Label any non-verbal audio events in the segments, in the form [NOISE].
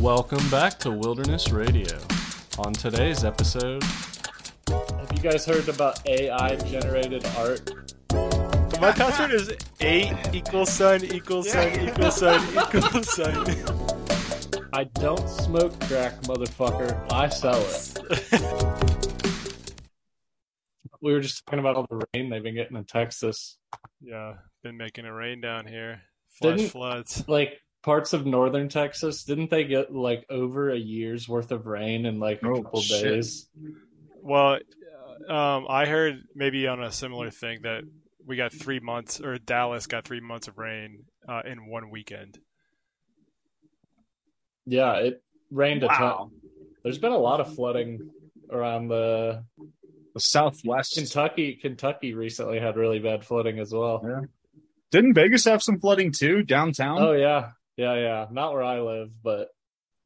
Welcome back to Wilderness Radio. On today's episode, Have you guys heard about AI generated art? My password is eight equals sun equals sun equals sun equals sun. I don't smoke crack, motherfucker. I sell it. [LAUGHS] We were just talking about all the rain they've been getting in Texas. [LAUGHS] yeah, been making it rain down here. Flash Flash Didn't- floods. Like parts of northern Texas, didn't they get like over a year's worth of rain in like a Oh, couple shit. days? Well, um, I heard maybe on a similar thing that we got three months, or Dallas got three months of rain uh, in one weekend. Yeah, it rained a Wow. ton. There's been a lot of flooding around the the Southwest. Kentucky. Kentucky recently had really bad flooding as well. Yeah. Didn't Vegas have some flooding too downtown? Oh yeah, yeah, yeah. Not where I live, but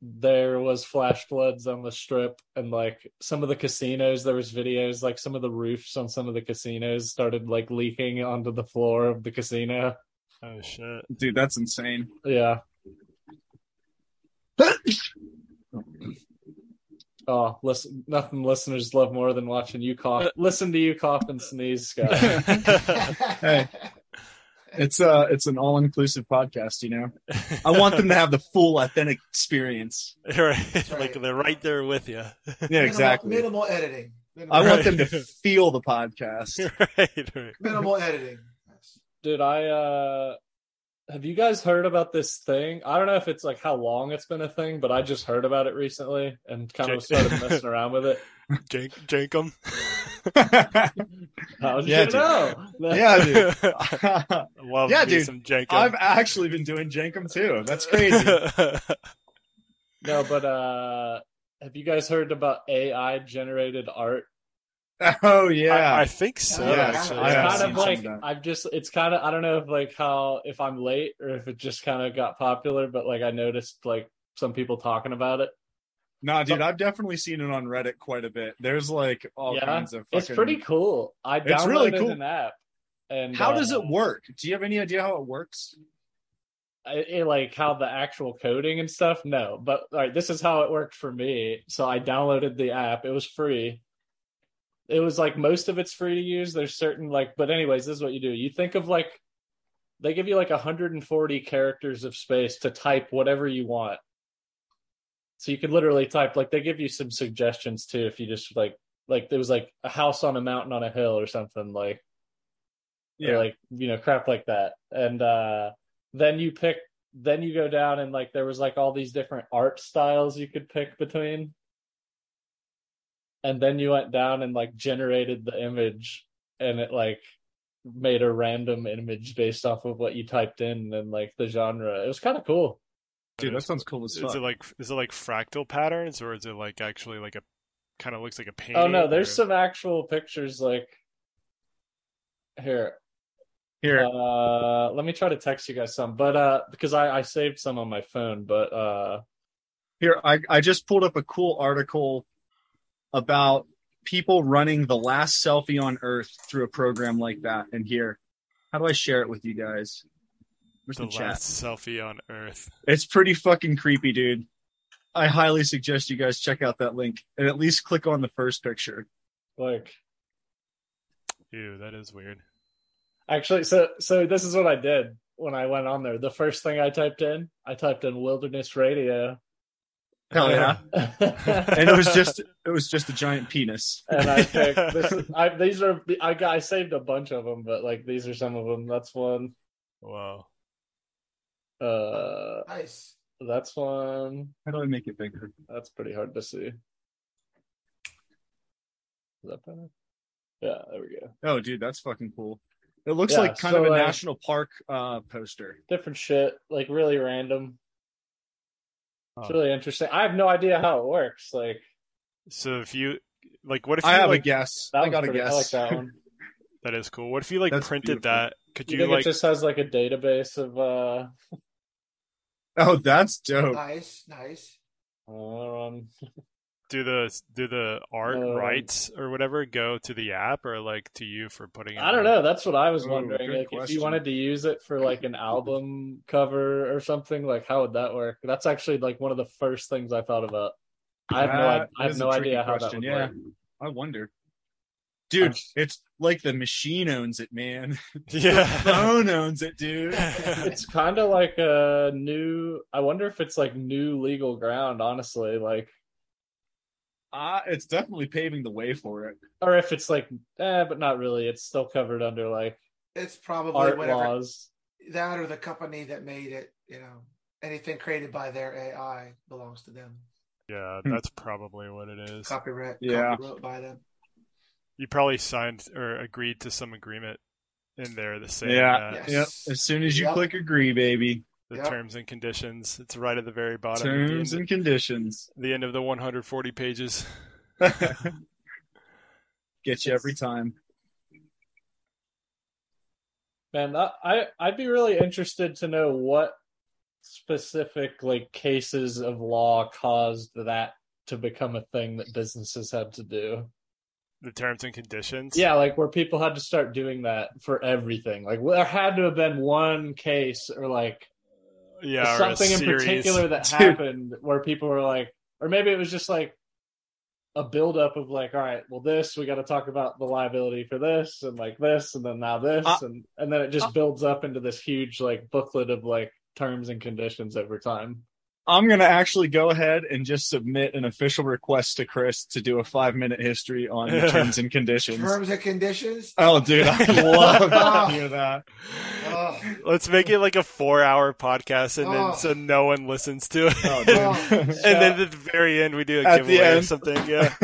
there was flash floods on the strip, and like some of the casinos, there was videos like some of the roofs on some of the casinos started like leaking onto the floor of the casino. Oh [LAUGHS] shit! Dude, that's insane. Yeah. Oh, listen! Nothing listeners love more than watching you cough. Listen to you cough and sneeze, Scott. Hey. It's uh it's an all inclusive podcast, you know. I [LAUGHS] want them to have the full authentic experience. [LAUGHS] right. right. Like they're right there with you. Yeah, Minimal- exactly. Minimal editing. Minimal, I want Right. them [LAUGHS] to feel the podcast. [LAUGHS] right, right. minimal editing. Dude, I uh have you guys heard about this thing? I don't know if it's like how long it's been a thing, but I just heard about it recently and kind of Jake- started messing around with it. Jank, jankum. How did [LAUGHS] Yeah, you dude. know? [LAUGHS] yeah, [LAUGHS] dude. [LAUGHS] Love Yeah, me dude. some jankum. I've actually been doing Jankum too. [LAUGHS] That's [LAUGHS] crazy. No, but uh have you guys heard about AI generated art? Oh yeah. I, I think so. Yeah, actually. I It's have kind seen of some like of that. I've just it's kind of I don't know if like how if I'm late or if it just kind of got popular, but like I noticed like some people talking about it. Nah, dude, I've definitely seen it on Reddit quite a bit. There's like all Yeah, kinds of. Fucking... It's pretty cool. I downloaded It's really cool. an app. And How does uh, it work? Do you have any idea how it works? I- I- like how the actual coding and stuff no but all right this is how it worked for me so i downloaded the app it was free it was like most of it's free to use there's certain like but anyways this is what you do you think of like they give you like 140 characters of space to type whatever you want so you could literally type like they give you some suggestions too if you just like like there was like a house on a mountain on a hill or something like Yeah. or like you know crap like that and uh then you pick then you go down and like there was like all these different art styles you could pick between and then you went down and like generated the image and it like made a random image based off of what you typed in and like the genre it was kind of cool Dude, that sounds cool as Is fuck. it like is it like fractal patterns or is it like actually like a kind of looks like a painting? oh no there's or- some actual pictures like here Here, Uh, let me try to text you guys some, but uh, because I I saved some on my phone, but uh, here. I I just pulled up a cool article about people running the last selfie on Earth through a program like that. And here, how do I share it with you guys? Where's the the, chat? last selfie on Earth. It's pretty fucking creepy, dude. I highly suggest you guys check out that link and at least click on the first picture. like Ew, that is weird. actually, so so this is what I did when I went on there. The first thing I typed in, I typed in wilderness radio, Hell [LAUGHS] Oh, yeah. and [LAUGHS] and it was just it was just a giant penis. I picked this. Is, I these are I got I saved a bunch of them, but like these are some of them. That's one. Wow. Uh, Nice. that's one. How do I make it bigger? That's pretty hard to see. Is that better? Yeah, there we go. Oh, dude, that's fucking cool. It looks Yeah, like kind so, of a uh, national park uh, poster. different shit, like really random. It's Oh. really interesting. I have no idea how it works. Like So if you like, what if you I have like a guess. that I got one's pretty- a guess. [LAUGHS] I like that one. that is cool? What if you like That's printed beautiful. that? Could Do you you, think like? it just has like a database of uh oh, that's dope. Nice. Nice. um, do the do the art Um, rights or whatever go to the app or like to you for putting? it I don't on? know. That's what I was Ooh, wondering. good Like, if question. you wanted to use it for like an album [LAUGHS] cover or something, like how would that work? That's actually like one of the first things I thought about. I have no, I, That I have is a no tricky idea how that question, would yeah. work. I wonder. Dude, I'm- it's like the machine owns it, [LAUGHS] man. [LAUGHS] Yeah. Phone owns it, dude. It's kind of like a new. I wonder if it's like new legal ground, honestly. Like, Uh, it's definitely paving the way for it. or if it's like, eh, but not really. It's still covered under like It's probably art whatever laws. that or the company that made it. You know, anything created by their AI belongs to them. yeah, that's probably what it is. Copyright, Yeah. copyright by them. You probably signed or agreed to some agreement in there the same. Yeah. that. Yes. Yep. As soon as you Yep. click agree, baby, The Yep. terms and conditions. It's right at the very bottom. at the terms end- and conditions the end of the 140 [LAUGHS] pages. get you every time. Man, I I- I'd be really interested to know what specific like cases of law caused that to become a thing that businesses had to do. the terms and conditions. Yeah, like where people had to start doing that for everything. Like well, there had to have been one case or like Yeah. or a something in series. particular [LAUGHS] that Dude. happened where people were like or maybe it was just like a buildup of like, all right, well this we gotta talk about the liability for this and like this and then now this Uh, and, and then it just uh. builds up into this huge like booklet of like terms and conditions over time. [LAUGHS] I'm going to actually go ahead and just submit an official request to Chris to do a five minute history on [LAUGHS] the terms and conditions. Terms and conditions. Oh, dude, I love to hear that. [LAUGHS] Oh, Let's make it like a four-hour podcast, and Oh. then so no one listens to it. [LAUGHS] Oh, Oh. dude. and then at the very end, we do a At the giveaway or end. something. [LAUGHS] Yeah,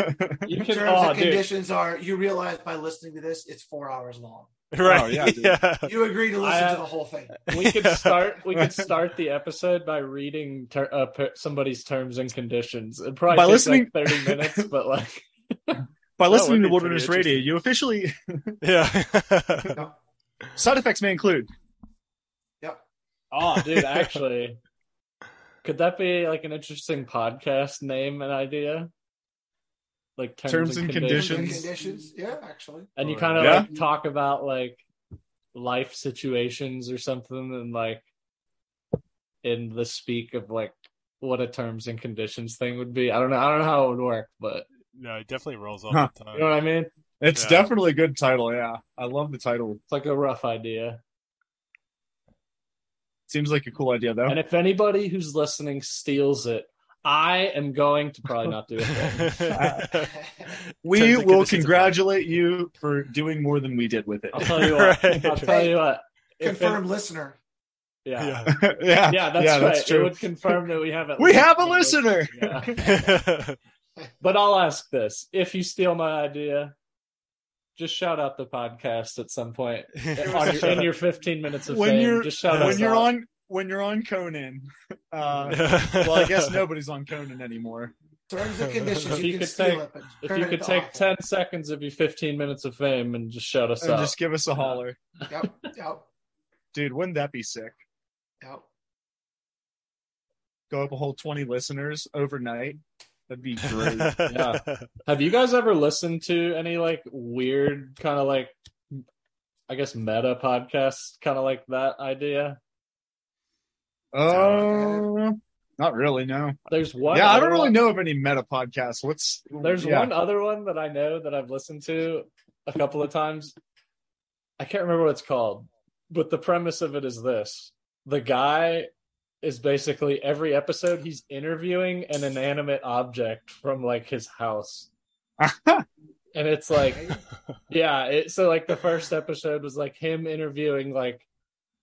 You can terms oh, and dude, conditions are. You realize by listening to this, it's four hours long. right. Oh, yeah, dude. yeah. You agree to listen I- uh, to the whole thing. we [LAUGHS] could start we could start the episode by reading ter- uh, per- somebody's terms and conditions. It probably By by listening- like 30 minutes, but like By That listening would to be Wilderness pretty Radio, you officially [LAUGHS] yeah. [LAUGHS] Yep. side effects may include. Yep. Oh, dude, actually, could that be like an interesting podcast name and idea? Like terms, and, conditions. Terms and Conditions. conditions. Yeah, actually. and you kind of Yeah. like talk about like life situations or something, and like in the speak of like what a terms and conditions thing would be. I don't know. I don't know how it would work, but no, it definitely rolls off Huh. the you know [LAUGHS] [LAUGHS] tongue. what I mean. It's It's Yeah. definitely a good title. Yeah, I love the title. like a rough idea. Seems like a cool idea though. And if anybody who's listening steals it, I am going to probably not do it. we Terms and will conditions apply. congratulate you for doing more than we did with it. Oh. I'll tell you what. Right. I'll tell you what. If it- Confirm listener. yeah. yeah. [LAUGHS] [LAUGHS] yeah, yeah, that's yeah, right. that's It true. would confirm that we have at [LAUGHS] We least have a one listen- listener. Yeah. But I'll ask this: if you steal my idea, just shout out the podcast at some point on your, in your 15 minutes of When fame. you're- just shout When us you're out. on, when you're on Conan, [LAUGHS] uh, [LAUGHS] well, I guess nobody's on Conan anymore. Terms and conditions. If You you can could steal take- it. but If turn you it could to take awful. 10 seconds of your 15 minutes of fame and just shout us And out, just give us a holler, Yep. Yep. dude. Wouldn't that be sick? Yep. Go up a whole twenty listeners overnight. [LAUGHS] That'd be great. have you guys ever listened to any like weird kind of like, I guess meta podcasts, kind of like that idea? Uh, not really. No. There's one. yeah, I don't other really one- know of any meta podcasts. What's There's yeah. one other one that I know that I've listened to a couple of times. I can't remember what it's called, but the premise of it is this the guy is basically every episode he's interviewing an inanimate object from like his house. and it's like, [LAUGHS] yeah, it, so like the first episode was like him interviewing like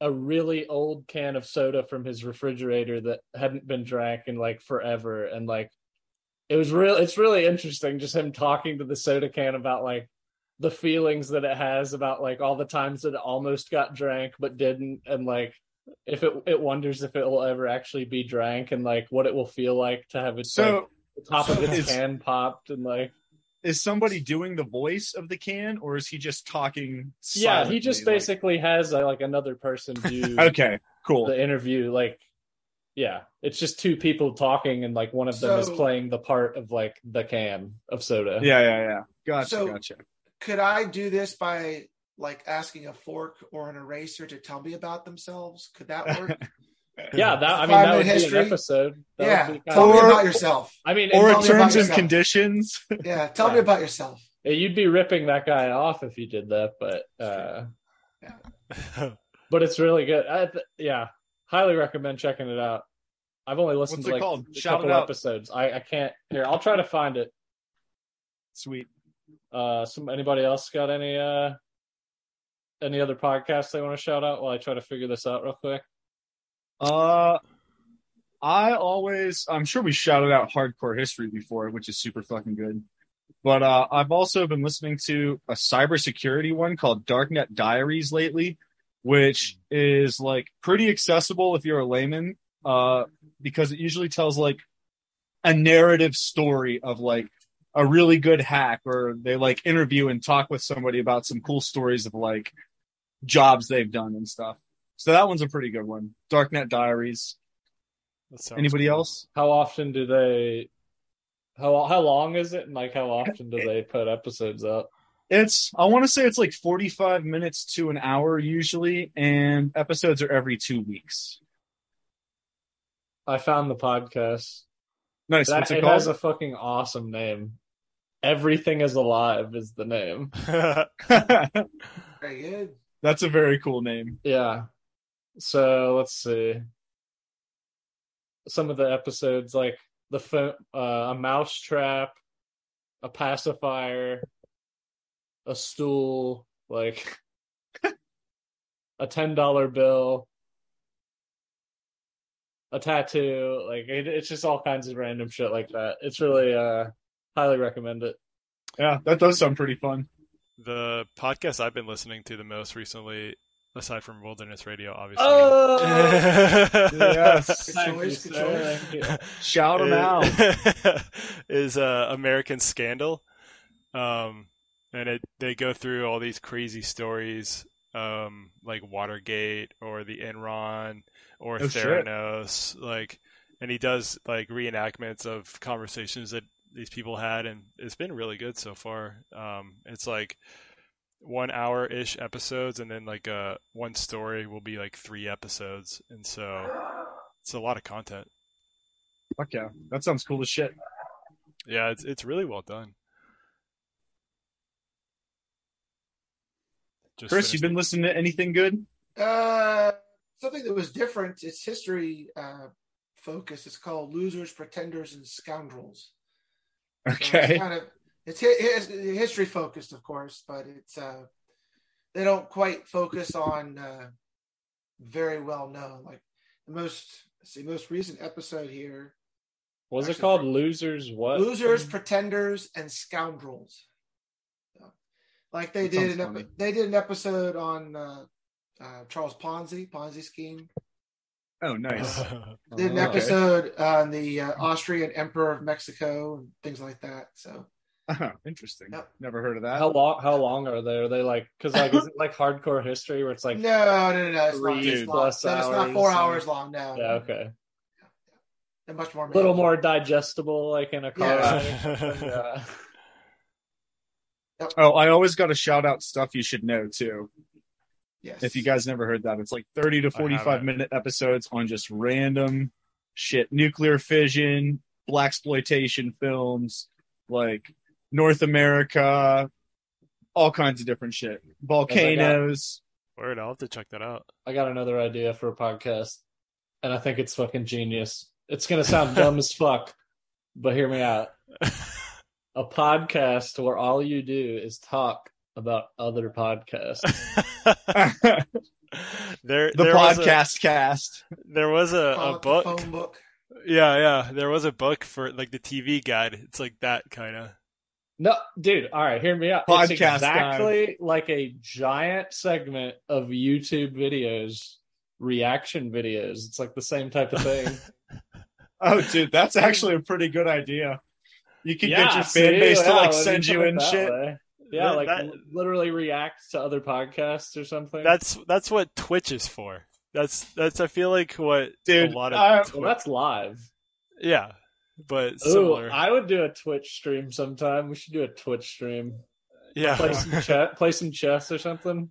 a really old can of soda from his refrigerator that hadn't been drank in like forever and like it was real it's really interesting just him talking to the soda can about like the feelings that it has about like all the times that it almost got drank but didn't and like if it it wonders if it will ever actually be drank and like what it will feel like to have its like, So, the top of its is- can popped and like is somebody doing the voice of the can, or is he just talking? yeah he just silently, [LAUGHS] basically has uh, like another person do like- okay, cool. the interview like yeah, it's just two people talking, and like one of them is So- playing the part of like the cam of Soda. Yeah, yeah, yeah. Gotcha, So- gotcha. Could I do this by like asking a fork or an eraser to tell me about themselves? Could [LAUGHS] that work? yeah. That I mean, that Five minute would be history. an episode. That yeah. would be kind Tell me Or- of, about yourself. I mean, Or Tell in me about terms of yourself. conditions. [LAUGHS] Yeah. Tell me Yeah. about yourself. you'd be ripping that guy off if you did that, but uh, [LAUGHS] but it's really good. I, th- yeah, highly recommend checking it out. I've only listened What's to it like called? a Shout it couple out. episodes. I, I can't here. I'll try to find it. Sweet. Uh, some anybody else got any uh any other podcasts they want to shout out while I try to figure this out real quick? Uh I always I'm sure we shouted out hardcore history before, which is super fucking good. But uh I've also been listening to a cybersecurity one called Darknet Diaries lately, which is like pretty accessible if you're a layman, uh, because it usually tells like a narrative story of like a really good hack or they like interview and talk with somebody about some cool stories of like jobs they've done and stuff. So that one's a pretty good one. Darknet Diaries. That sounds Anybody cool. [LAUGHS] else? [LAUGHS] How often do they how how long is it and like how often do they put episodes up? It's I want to say it's like 45 minutes to an hour usually, and episodes are every two weeks. I found the podcast. Nice. That, What's it it called? has a fucking awesome name. Everything is alive is the name. Very good. That's a very cool name. Yeah. So let's see. Some of the episodes, like the phone, uh, a mousetrap, a pacifier, a stool, like [LAUGHS] a ten dollar bill, a tattoo. Like it, it's just all kinds of random shit like that. It's really uh highly recommend it. Yeah, that does sound pretty fun. the podcast I've been listening to the most recently, aside from Wilderness Radio, obviously. [LAUGHS] Oh, Yes. thank you, Choice, sir. good choice. Thank you. Shout them out. out. [LAUGHS] is uh, American Scandal, um, and it they go through all these crazy stories, um, like Watergate or the Enron or Oh, shit. Theranos, like, and he does like reenactments of conversations that these people had, and it's been really good so far. Um, it's like one hour ish episodes, and then like uh, one story will be like three episodes, and so it's a lot of content. Fuck yeah, that sounds cool as shit. Yeah, it's it's really well done. Just Chris, finished- you've been listening to anything good? Uh, something that was different. It's history uh, focused. It's called Losers, Pretenders, and Scoundrels. So it's Okay. kind of it's hi- his- history focused, of course, but it's uh, they don't quite focus on uh, very well known. Like the most let's see most recent episode here: [LAUGHS] Was it Actually, called Losers? What? Losers, Pretenders, and Scoundrels. So, Like they That did sounds an epi- funny. they did an episode on uh, uh, Charles Ponzi Ponzi scheme. Oh, [SIGHS] nice. [LAUGHS] did an Oh, okay. episode on the uh, Austrian Emperor of Mexico and things like that. So Oh, interesting. Yep. Never heard of How that. long? How long are they? Are they like? Because like, is it like hardcore history where it's like, no, no, no, no, it's not, three it's, not, plus no, it's not four hours. hours long. No, yeah, okay, they're much more. a little more digestible, like in a car. [LAUGHS] ride. yeah. [LAUGHS] Yeah. Oh, I always got to shout out stuff you should know too. Yes. if you guys never heard that it's like 30 to I haven't. 45 minute episodes on just random shit nuclear fission black exploitation films like north america all kinds of different shit [LAUGHS] volcanoes Word, I'll have to check that out. [LAUGHS] I got another idea for a podcast, and I think it's fucking genius. It's gonna sound dumb as fuck, but hear me out. A podcast where all you do is talk about other podcasts. the there, there was a, podcast cast there was a, Call a it the book. phone book. Yeah, yeah, there was a book for like the TV guide. It's like that kind of. No, dude. All right, hear me out. Podcast it's exactly like a giant segment of YouTube videos, reaction videos. It's like the same type of [LAUGHS] thing. oh dude that's actually a pretty good idea you can get your see? fan base to Wow, like when send put you it in that shit way. Yeah, That- like that- l- literally react to other podcasts or something. That's that's what Twitch is for. That's that's I feel like what Dude, a lot of I- Well, that's live. yeah, but Ooh, similar. I would do a Twitch stream sometime. We should do a Twitch stream. [LAUGHS] [LAUGHS] Play some yeah. chess, play some chess or something.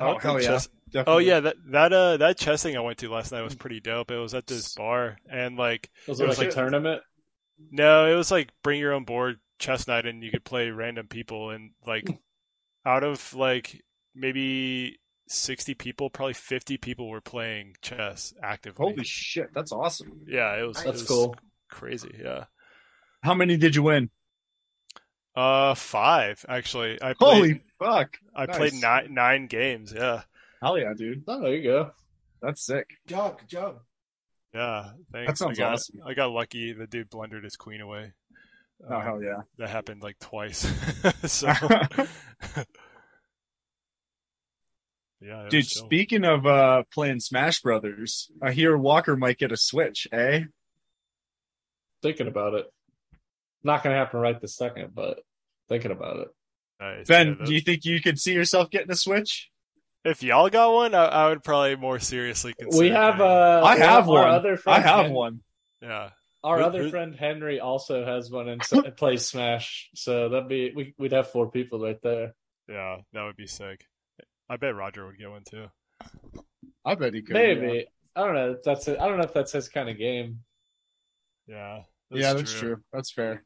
I Oh, don't hell think yeah. chess- Definitely. Oh yeah, that that uh that chess thing I went to last night was pretty dope. It was at this bar and like Was It it, was like, like- a tournament? no, it was like bring your own board chess night and you could play random people and like [LAUGHS] out of like maybe 60 people, probably 50 people were playing chess actively. Holy shit, that's awesome. yeah, it was it That's was cool. crazy, yeah. How many did you win? Uh 5 actually. I played Holy fuck. I nice. played nine, 9 games, yeah. Hell yeah, dude. Oh, there you go. That's sick. Good job, good job. Yeah, thanks. sounds I got, awesome. I got lucky. The dude blundered his queen away. Oh Um, hell yeah. that happened like twice. [LAUGHS] so, yeah, it Dude, was chill. speaking of uh playing Smash Brothers, I hear Walker might get a Switch, eh? Thinking about it. Not gonna happen right this second, but thinking about it. Nice, yeah, Ben, that- do you think you could see yourself getting a Switch? if y'all got one, I, I would probably more seriously consider. we have getting uh I have our one. Other friend, I have Hen- one. Yeah, Our Who- other who- friend Henry also has one and s- plays Smash, so that'd be we, we'd have four people right there. yeah, that would be sick. I bet Roger would get one too. I bet he could. Maybe I don't know. If that's it. I don't know if that's his kind of game. Yeah, Yeah, yeah that's true. That's fair.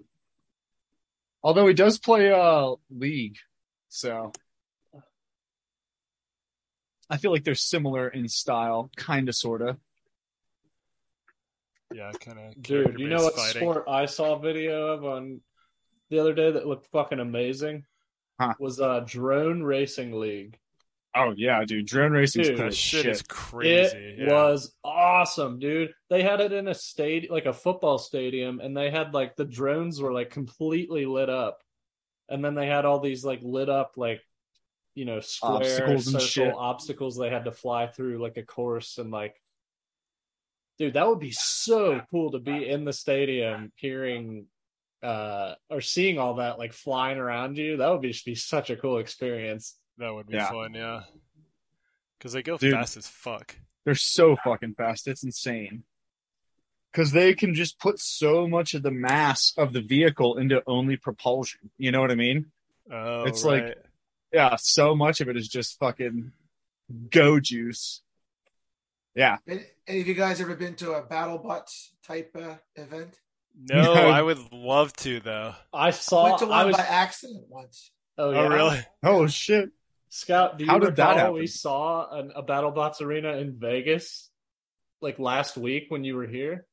Although he does play uh League, so I feel like they're similar in style, kinda sorta. Yeah, kind of. Dude, you know what sport I saw a video of on the other day that looked fucking amazing? Huh. Was uh drone racing league. Oh yeah, dude. Drone racing's Dude, cool That as shit, shit. is crazy. It yeah. was awesome, dude. They had it in a state like a football stadium and they had like the drones were like completely lit up. And then they had all these like lit up like you know, square Obstacles and circle shit. obstacles they had to fly through like a course and like dude, that would be so cool to be in the stadium hearing uh or seeing all that like flying around you. That would be just be such a cool experience. that would be Yeah. fun. Yeah, because they go Dude. fast as fuck. They're so fucking fast. It's insane. Because they can just put so much of the mass of the vehicle into only propulsion. You know what I mean? Oh, It's like- right. Yeah, so much of it is just fucking go juice. Yeah. Any, any of you guys ever been to a BattleBots type uh, event? no, No. I would love to though. I I saw went to I one was by accident once. oh, oh yeah. really? Oh shit. Scout, do you How recall did that happen? we saw an, a BattleBots arena in Vegas like last week when you were here,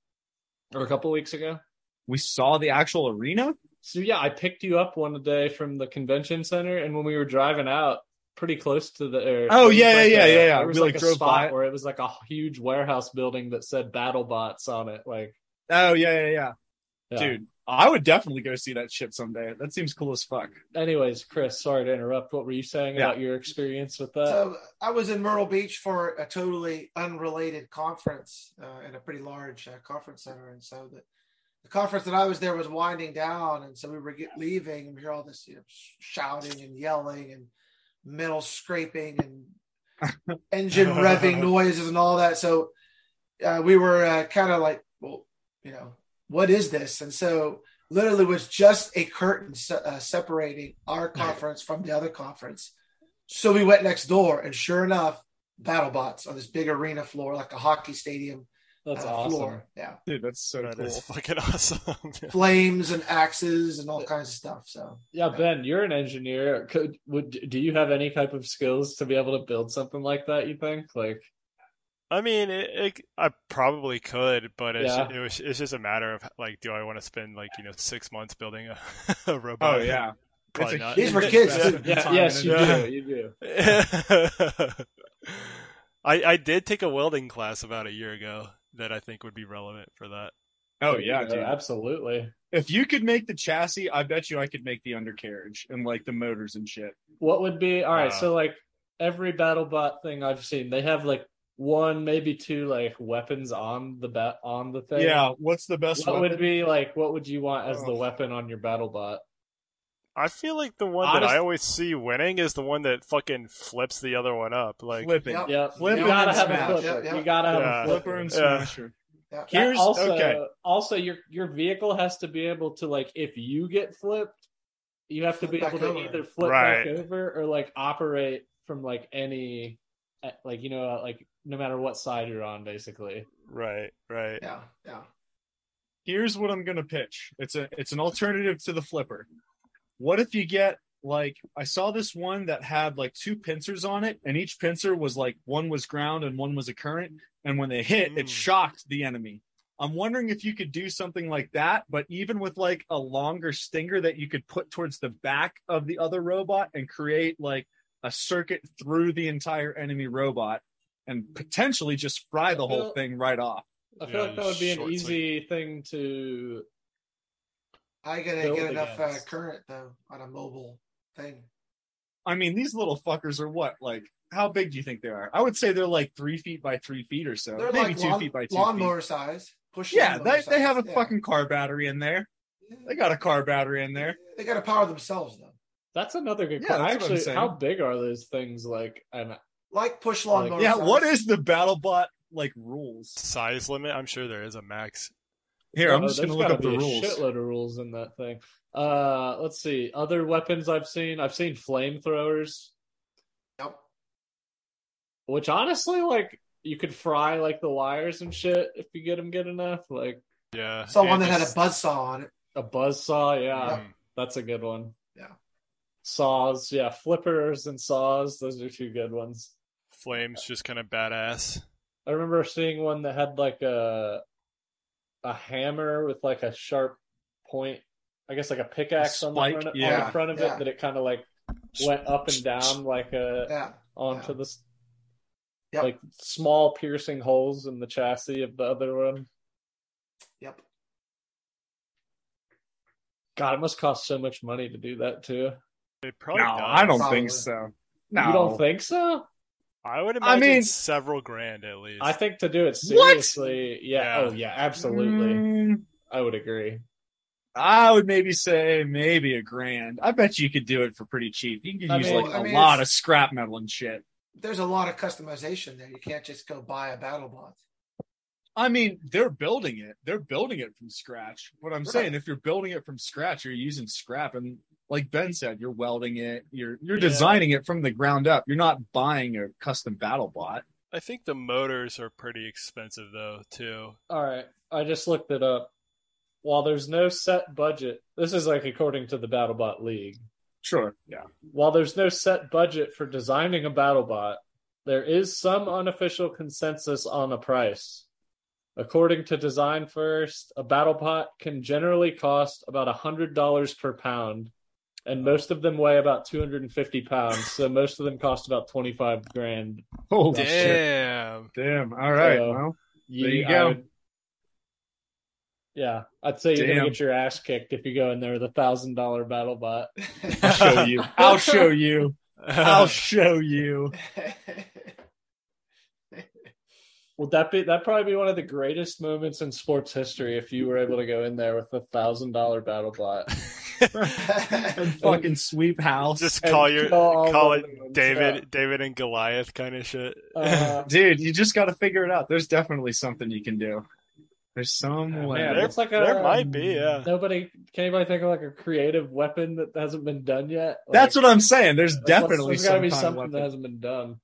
or a couple weeks ago? We saw the actual arena? So yeah, I picked you up one day from the convention center, and when we were driving out, pretty close to the. Or, Oh, there was yeah, yeah, yeah, a- yeah, yeah. There was We, like, like, a drove spot by. where it was like a huge warehouse building that said BattleBots on it. Like, Oh yeah, yeah, yeah. yeah. Dude, I would definitely go see that shit someday. That seems cool as fuck. Anyways, Chris, sorry to interrupt. What were you saying Yeah. about your experience with that? so I was in Myrtle Beach for a totally unrelated conference uh, in a pretty large uh, conference center, and so the, the conference that I was there was winding down, and so we were get, leaving, and we hear all this you know, sh- shouting and yelling and metal scraping and engine revving noises and all that. So uh, we were uh, kind of like, well, you know, what is this? And so literally was just a curtain se- uh, separating our conference from the other conference. So we went next door, and sure enough, BattleBots on this big arena floor, like a hockey stadium That's uh, awesome. floor. [LAUGHS] Yeah, Dude, that's so That cool. is [LAUGHS] fucking awesome. [LAUGHS] flames and axes and all kinds of stuff. So Yeah, Ben, you're an engineer. Could would do you have any type of skills to be able to build something like that? You think like I mean, it, it, I probably could, but it's Yeah. it was it's just a matter of like, do I want to spend like you know six months building a, [LAUGHS] a robot? Oh yeah. Probably It's a not. These were kids, Yeah. too. yeah, Time yes, and you energy. do, you do. [LAUGHS] I I did take a welding class about a year ago that I think would be relevant for that. Oh yeah, dude. absolutely. If you could make the chassis, I bet you I could make the undercarriage and like the motors and shit. What would be all right? Wow. Uh, So like every BattleBot thing I've seen, they have like one, maybe two like weapons on the bat on the thing. Yeah, what's the best What weapon? would be like? What would you want as the Oh. weapon on your BattleBot? I feel like the one that Honest- I always see winning is the one that fucking flips the other one up. Like, Flipping. Yep. Yep. Flip you it gotta and have a smash. flipper. Yeah, You gotta have yeah. a flipper. Flipper and Yeah. smasher. Yeah. Yeah. Here's- also, okay. also your your vehicle has to be able to like if you get flipped, you have to be Flip able back to over. either flip Right. back over or like operate from like any eh, like you know like no matter what side you're on basically. right, right. Yeah. Yeah. Here's what I'm gonna pitch. It's a it's an alternative to the flipper. What if you get like I saw this one that had like two pincers on it, and each pincer was like one was ground and one was a current, and when they hit, Mm. it shocked the enemy. I'm wondering if you could do something like that, but even with like a longer stinger that you could put towards the back of the other robot and create like a circuit through the entire enemy robot and potentially just fry the whole Well- thing right off. I feel Yeah, like that would be an short easy thing to I gotta Build get enough uh, against. current though on a mobile thing. I mean, these little fuckers are what? Like, how big do you think they are? I would say they're like three feet by three feet or so. They're Maybe like two lawn, feet by two lawnmower feet. size. Push. Yeah, lawnmower they, they have a size. Yeah. fucking car battery in there. They got a car battery in there. They gotta power themselves though. that's another good Yeah, question. that's what I'm Actually, saying. how big are those things like and uh, Like push Like- lawnmower. Yeah, size. what is the BattleBot like rules? Size limit. I'm sure there is a max. Here, I'm Oh, just gonna there's look gotta up the be a rules. Shitload of rules in that thing. Uh, let's see. Other weapons I've seen. I've seen flamethrowers, Yep. which honestly, like you could fry like the wires and shit if you get them good enough. Like Yeah. Saw and one that had a uh, just- buzzsaw on it. a buzzsaw. Yeah, Mm. that's a good one. Yeah. Saws. Yeah, flippers and saws. Those are two good ones. Flames just kind of badass. I remember seeing one that had like a a hammer with like a sharp point. I guess like a pickaxe on the spike, front of, on yeah, the front of yeah. it that it kind of like went up and down like a Yeah. onto Yeah. this Yep. like small piercing holes in the chassis of the other one. Yep. God, it must cost so much money to do that too. It probably. No, does. I don't Probably. think so. No, You don't think so? I would I imagine mean- several grand at least. I think to do it What? seriously, yeah, Yeah. oh yeah, absolutely. Mm, I would agree. I would maybe say maybe a grand. I bet you could do it for pretty cheap. You could I use mean- like I a mean, lot of it's- scrap metal and shit. There's a lot of customization there. You can't just go buy a battle bot. [LAUGHS] I mean, they're building it. They're building it from scratch. What I'm Right. saying, if you're building it from scratch, you're using scrap, and like Ben said, you're welding it. You're you're Yeah. designing it from the ground up. You're not buying a custom battle bot. I think the motors are pretty expensive though too. All right. I just looked it up. While there's no set budget, this is like according to the BattleBot League. Sure. Yeah. While there's no set budget for designing a BattleBot, there is some unofficial consensus on a price. According to Design First, a BattleBot can generally cost about $100 per pound, and most of them weigh about 250 pounds, so most of them cost about 25 grand. Oh Damn. shit! [LAUGHS] Damn. Damn. All right. So- well, You, There you I go. would- yeah, I'd say you're Damn. gonna get your ass kicked if you go in there with a thousand dollar battle bot. [LAUGHS] I'll [LAUGHS] show you. I'll show you. I'll show you. Would that be that probably be one of the greatest moments in sports history if you were able to go in there with a thousand dollar battle bot? [LAUGHS] And fucking sweep house, just And call your all call the it other ones, David David and Goliath kind of shit. yeah. [LAUGHS] Uh, dude. You just got to figure it out. There's definitely something you can do. There's some Man, way. man, there- it's like a, [LAUGHS] there might be, um, yeah. Nobody can anybody think of like a creative weapon that hasn't been done yet? That's what I'm saying. There's Like, there's- definitely there's gotta be some kind of something weapon. that hasn't been done.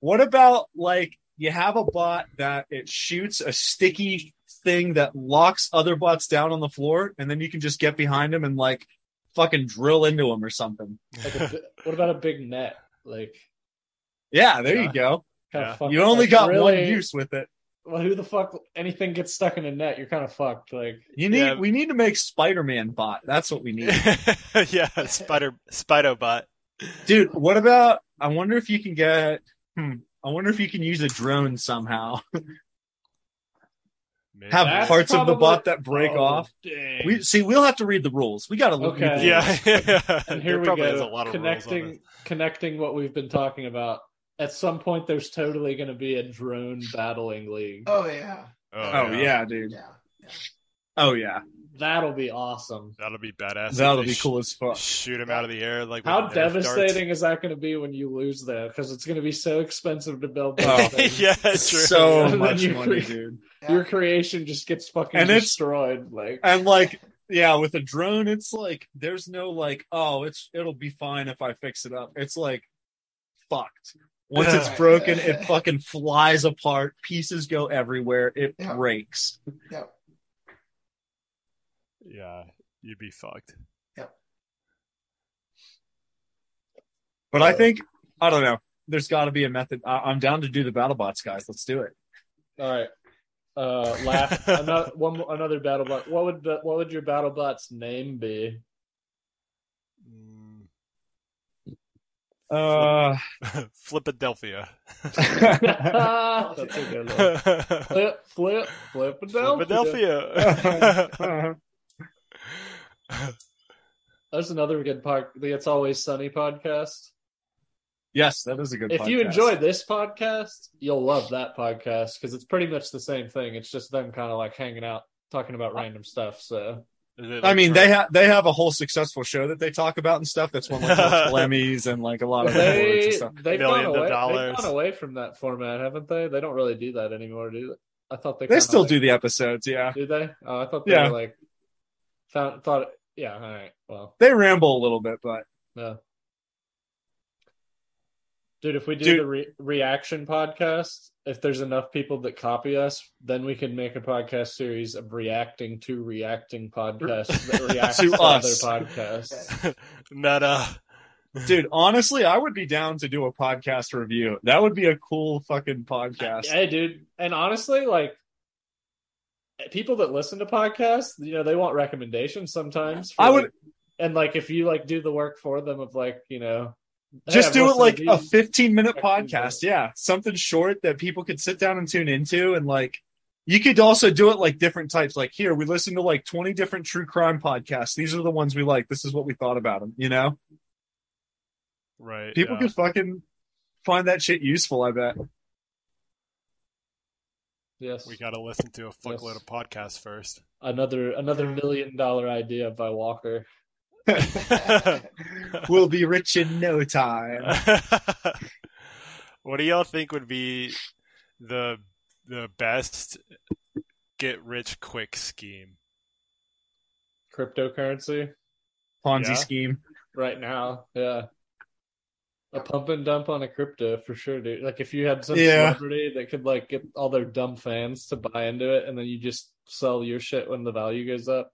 What about like you have a bot that it shoots a sticky thing that locks other bots down on the floor, and then you can just get behind them and like fucking drill into them or something. [LAUGHS] Like a, what about a big net? Like Yeah, there Yeah. you go. kind Yeah. of fuck- You only like, got one really- use with it. well, who the fuck anything gets stuck in a net, you're kind of fucked. Like, You need Yeah. we need to make Spider-Man bot. That's what [LAUGHS] we need. yeah, Spider Spiderbot. Dude, what about I wonder if you can get hmm, I wonder if you can use a drone somehow. Maybe. Have That's parts of the probably- bot that break oh, off. dang. We see we'll have to read the rules. We got to look. Okay. [LAUGHS] yeah, [LAUGHS] yeah. and here There we probably go. is a lot of connecting, rules connecting what we've been talking about. At some point, there's totally going to be a drone battling league. oh yeah. on it. Oh yeah, dude. Yeah. Oh yeah. That'll be awesome. That'll be badass. if That'll they be sh- cool as [LAUGHS] fuck. Shoot him out of the air like How with Nerf darts. [LAUGHS] devastating is that going to be when you lose that? Because it's going to be so expensive to build. Oh. those things. [LAUGHS] yeah, true. [LAUGHS] So And then much you- money, dude. Yeah. Your creation just gets fucking And it's- destroyed. Like And like, yeah, with a drone, it's like there's no like, oh, it's it'll be fine if I fix it up. It's like fucked. Once it's Yeah. broken, it fucking flies apart. Pieces go everywhere. It Yeah. breaks. Yeah. yeah, you'd be fucked. But I think I don't know. There's got to be a method. I, I'm down to do the BattleBots, guys. Let's do it. all right. Uh, [LAUGHS] laugh. another one. more- Another battle bot. What would the- what would your battle bot's name [LAUGHS] be? [LAUGHS] Mm. [LAUGHS] Uh, [LAUGHS] Flippadelphia. That's a good one. Flip, flip, flip, Philadelphia. Flippadelphia. That's another good part. The It's Always Sunny podcast. yes, that is a good. if you podcast. enjoy this podcast, you'll love that podcast because it's pretty much the same thing. It's just them kind of like hanging out, talking about random stuff. So [LAUGHS] Is it, I like, mean, for- they have they have a whole successful show that they talk about and stuff. That's one [LAUGHS] like the Emmys and like a lot of awards and they stuff. they've gone, Millions of away, they've dollars. gone away from that format, haven't they? They don't really do that anymore, do they? I thought they They kinda, still like, do the episodes. Yeah, Do they? Oh, I thought they Yeah. were like found, thought. Yeah. All right. Well, they ramble a little bit, [LAUGHS] but no. Dude, if we do Dude. the re- reaction podcast, if there's enough people that copy us, then we can make a podcast series of reacting to reacting podcasts that [LAUGHS] react to, To us. other podcasts. [LAUGHS] Meta. dude, honestly, I would be down to do a podcast review. That would be a cool fucking podcast. Hey, dude, and honestly, like people that listen to podcasts, you know, they want recommendations sometimes. for, I would- like- and like if you like do the work for them of like you know, hey, Just I've do it listened like to a these. 15 minute Fucking do podcast. it. Yeah, something short that people could sit down and tune into, and like you could also do it like different types. Like here, we listen to like 20 different true crime podcasts. These are the ones we like. This is what we thought about them. You know. Right. People yeah. could fucking find that shit useful, I bet. yes, We gotta listen to a fuckload Yes. of podcasts first. [LAUGHS] another another million dollar idea by Walker. We'll be rich in no time. what do y'all think would be the the best get rich quick scheme? Cryptocurrency Ponzi Yeah. scheme. right now, yeah. A pump and dump on a crypto for sure, dude. Like if you had some Yeah. celebrity that could like get all their dumb fans to buy into it, and then you just sell your shit when the value goes up.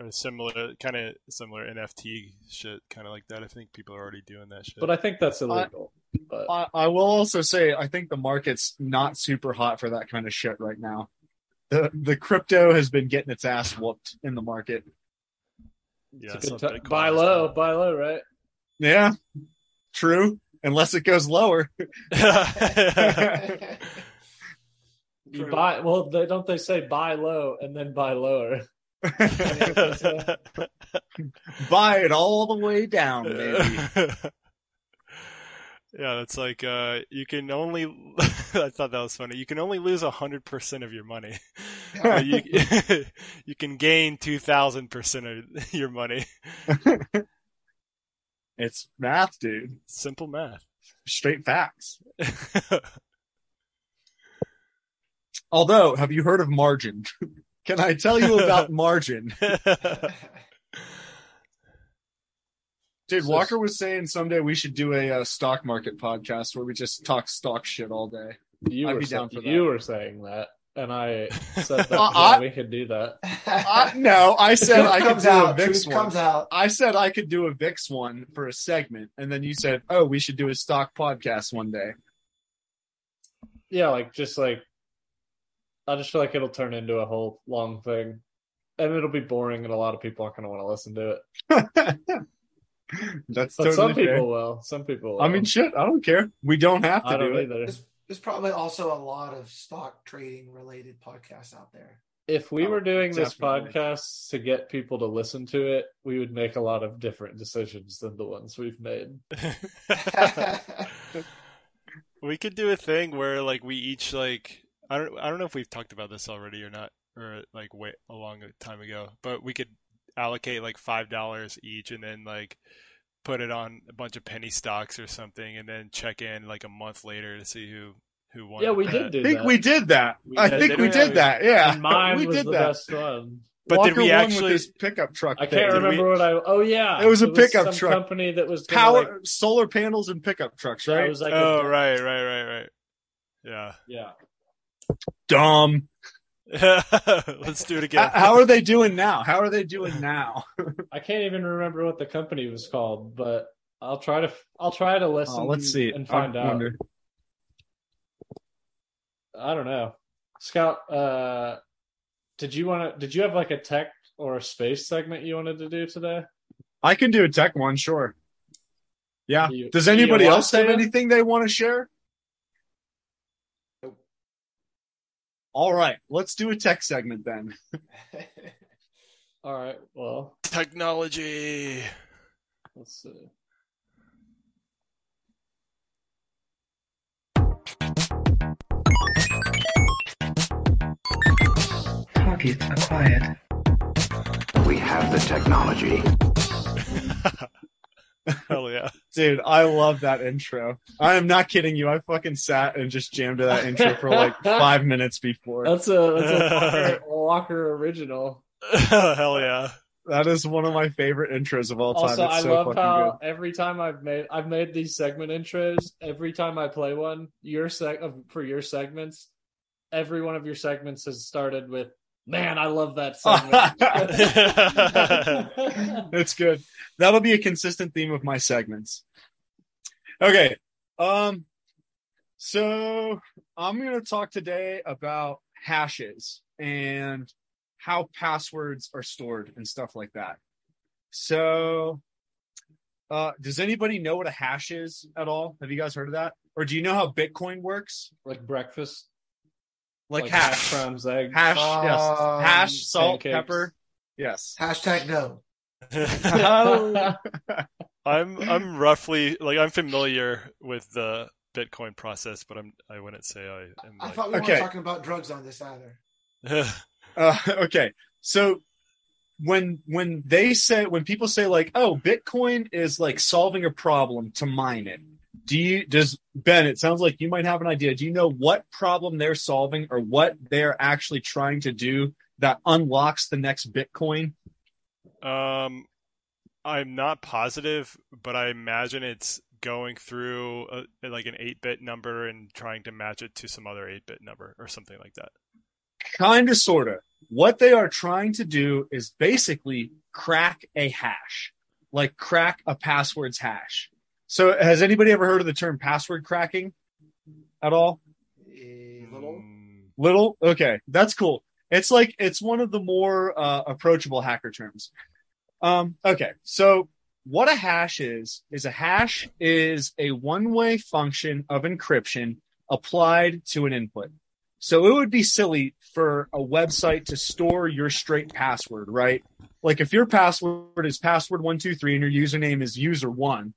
Or similar kind of similar NFT shit, kind of like that. I think people are already doing that shit. But I think that's illegal. but I, I will also say, I think the market's not super hot for that kind of shit right now. The the crypto has been getting its ass whooped in the market. yeah, it's a good some ti- Bitcoin buy is low, down. buy low, right? Yeah, true. Unless it goes lower. You True. buy well. They, don't they say buy low and then buy lower? [LAUGHS] Buy it all the way down, baby. [LAUGHS] yeah, that's like uh, you can only. [LAUGHS] I thought that was funny. You can only lose hundred percent of your money. Uh, [LAUGHS] But you [LAUGHS] you can gain two thousand percent of your money. It's math, dude. Simple math. [LAUGHS] Straight facts. Although, have you heard of margin? [LAUGHS] Can I tell you [LAUGHS] about margin? Dude, So- Walker was saying someday we should do a uh, stock market podcast where we just talk stock shit all day. You I'd were be sa- down for that. you were saying that, and I [LAUGHS] said that Uh, I- yeah, we could do that. Uh, [LAUGHS] no, I said Truth I could comes do out. a VIX Truth comes one. out. I said I could do a VIX one for a segment, and then you said, "Oh, we should do a stock podcast one [LAUGHS] day." Yeah, like just like I just feel like it'll turn into a whole long thing, and it'll be boring, and a lot of people aren't going to want to listen to it. That's But totally some people fair. will. Some people. Will. I mean, shit, I don't care. We don't have I to don't do it. either. There's, there's probably also a lot of stock trading related podcasts [LAUGHS] out there. If we Oh, were doing this definitely. podcast to get people to listen to it, we would make a lot of different decisions than the ones we've made. we could do a thing where like we each like I I don't I don't know if we've talked about this already or not or like wait a long time ago, but we could allocate like five dollars each and then like put it on a bunch of penny stocks or something and then check in like a month later to see who who won. Yeah, we that. did do I think that. we did that. We I did. think we Didn't we? did that. Yeah, And mine we was did the that. best one. But Walker did we won actually with his pickup truck? I thing. can't Did we- remember what I. Oh yeah, It was a pickup some truck. Company that was gonna, Power Like, solar panels and pickup trucks, that right? was like a- Oh right, right, right, right. Yeah. yeah. Dumb. [LAUGHS] Let's do it again. How, how are they doing now? How are they doing [LAUGHS] now? I can't even remember what the company was called, but I'll try to I'll try to listen. Oh, let's see. and find I out. wonder. I don't know. Scout, uh, did you want to? Did you have like a tech or a space segment you wanted to do today? I can do a tech one, sure. Yeah. Do you- Does do you anybody want else have to? anything they want to share? All right, let's do a tech segment then. All right. Well, Technology. let's see. Target acquired. We have the technology. Hell yeah. [LAUGHS] Dude, I love that intro. I am not kidding you. I fucking sat and just jammed to that intro [LAUGHS] for like five minutes before. That's a that's a Walker, Walker original. Hell yeah. That is one of my favorite intros of all time. Also, it's I so love fucking how every time I've made I've made these segment intros. Every time I play one, your seg of- for your segments, every one of your segments has started with "Man, I love that [LAUGHS] segment." good. It's good. That'll be a consistent theme of my segments. Okay. Um so I'm going to talk today about hashes and how passwords are stored and stuff like that. So uh does anybody know what a hash is at all? Have you guys heard of that? Or do you know how Bitcoin works? [LAUGHS] like breakfast, Like, hash hash. crumbs, egg. Hash, Um, yes. Hash, salt, pancakes. pepper. Yes. Hashtag no. [LAUGHS] I'm I'm roughly like I'm familiar with the Bitcoin process, but I'm I wouldn't say I am. I Like, thought we Okay. weren't talking about drugs on this either. Uh, [LAUGHS] okay. So when when they say when people say like, "Oh, Bitcoin is like solving a problem to mine it." Do you does Ben, it sounds like you might have an idea. Do you know what problem they're solving or what they're actually trying to do that unlocks the next Bitcoin? [LAUGHS] um, I'm not positive, but I imagine it's going through a, like an eight bit number and trying to match it to some other eight bit number or something like that. Kind of sort of. What they are trying to do is basically crack a hash. Like crack a password's hash. So has anybody ever heard of the term password cracking at all? A little. Mm, Little? Okay, that's cool. It's like it's one of the more uh, approachable hacker terms. Um, okay, so what a hash is is a hash is a one-way function of encryption applied to an input. So it would be silly for a website to store your straight password, right? Like if your password is password one two three and your username is user one,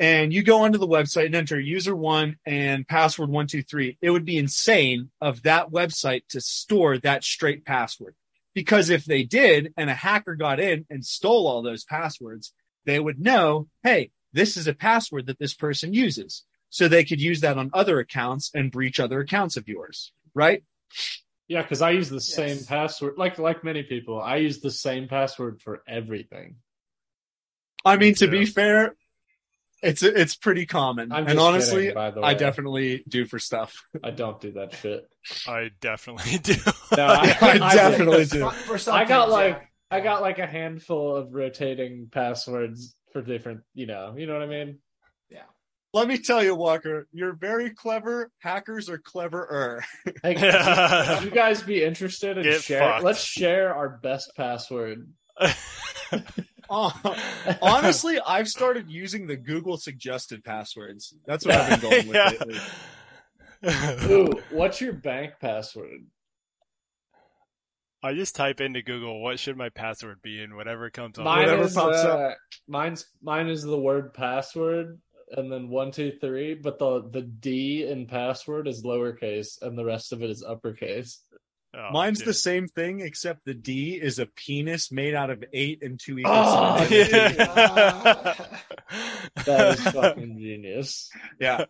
and you go onto the website and enter user one and password one two three, it would be insane of that website to store that straight password. Because if they did and a hacker got in and stole all those passwords, they would know, hey, this is a password that this person uses. So they could use that on other accounts and breach other accounts of yours, right? [LAUGHS] Yeah, because I use the Yes. same password. Like like many people, I use the same password for everything. I mean, to be Yeah. fair, it's it's pretty common. I'm And just honestly, kidding, by the way. I definitely do [LAUGHS] for stuff. I don't do that shit. I definitely [LAUGHS] do. No, I, I [LAUGHS] I- definitely do. For- for some I got things, yeah. like I got like a handful of rotating passwords for different. You know, you know what I mean. Let me tell you, Walker, you're very clever. Hackers are cleverer. [LAUGHS] Hey, [LAUGHS] would you guys be interested in Get share? fucked. Let's share our best password. Oh, honestly, I've started using the Google suggested passwords. That's what [LAUGHS] I've been going with Yeah. lately. Ooh, what's your bank password? I just type into Google what should my password be and whatever comes up. Mine Whatever is pops uh, mine's mine is the word password and then one, two, three, but the the D in password is lowercase and the rest of it is uppercase. Oh, Mine's dude. the same thing, except the D is a penis made out of eight and two equal Oh, sides. yeah. [LAUGHS] Ah. That [LAUGHS] is fucking genius. [LAUGHS] Yeah.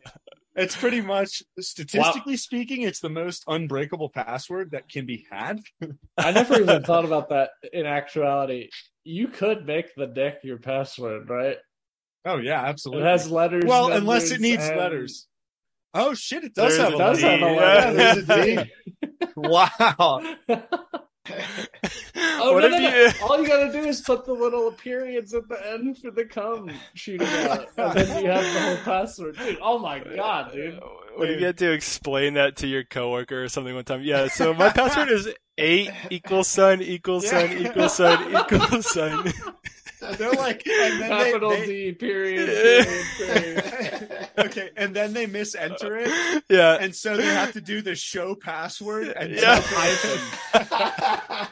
It's pretty much statistically speaking, it's the most unbreakable password that can be had. I never even thought about that in actuality. You could make the dick your password, right? Oh yeah, It absolutely. has letters. well, unless numbers, it needs and- letters. Oh shit, it does There's have a a does letter. have a D. [LAUGHS] Yeah, letter. there's a [LAUGHS] D. wow. [LAUGHS] Oh what no, if no, no. you? All you gotta do is put the little periods at the end for the cum [LAUGHS] shooting out, and then you have the whole password. Dude, oh my god, dude! What if you had to explain that to your coworker or something one time? Yeah, so my password is eight equals sun equals sun Yeah. equals sun equals sun. [LAUGHS] They're like and then they- Capital they, D period. period, period. [LAUGHS] Okay, and then they misenter it. yeah. And so they have to do the show password and Yeah. hyphen. A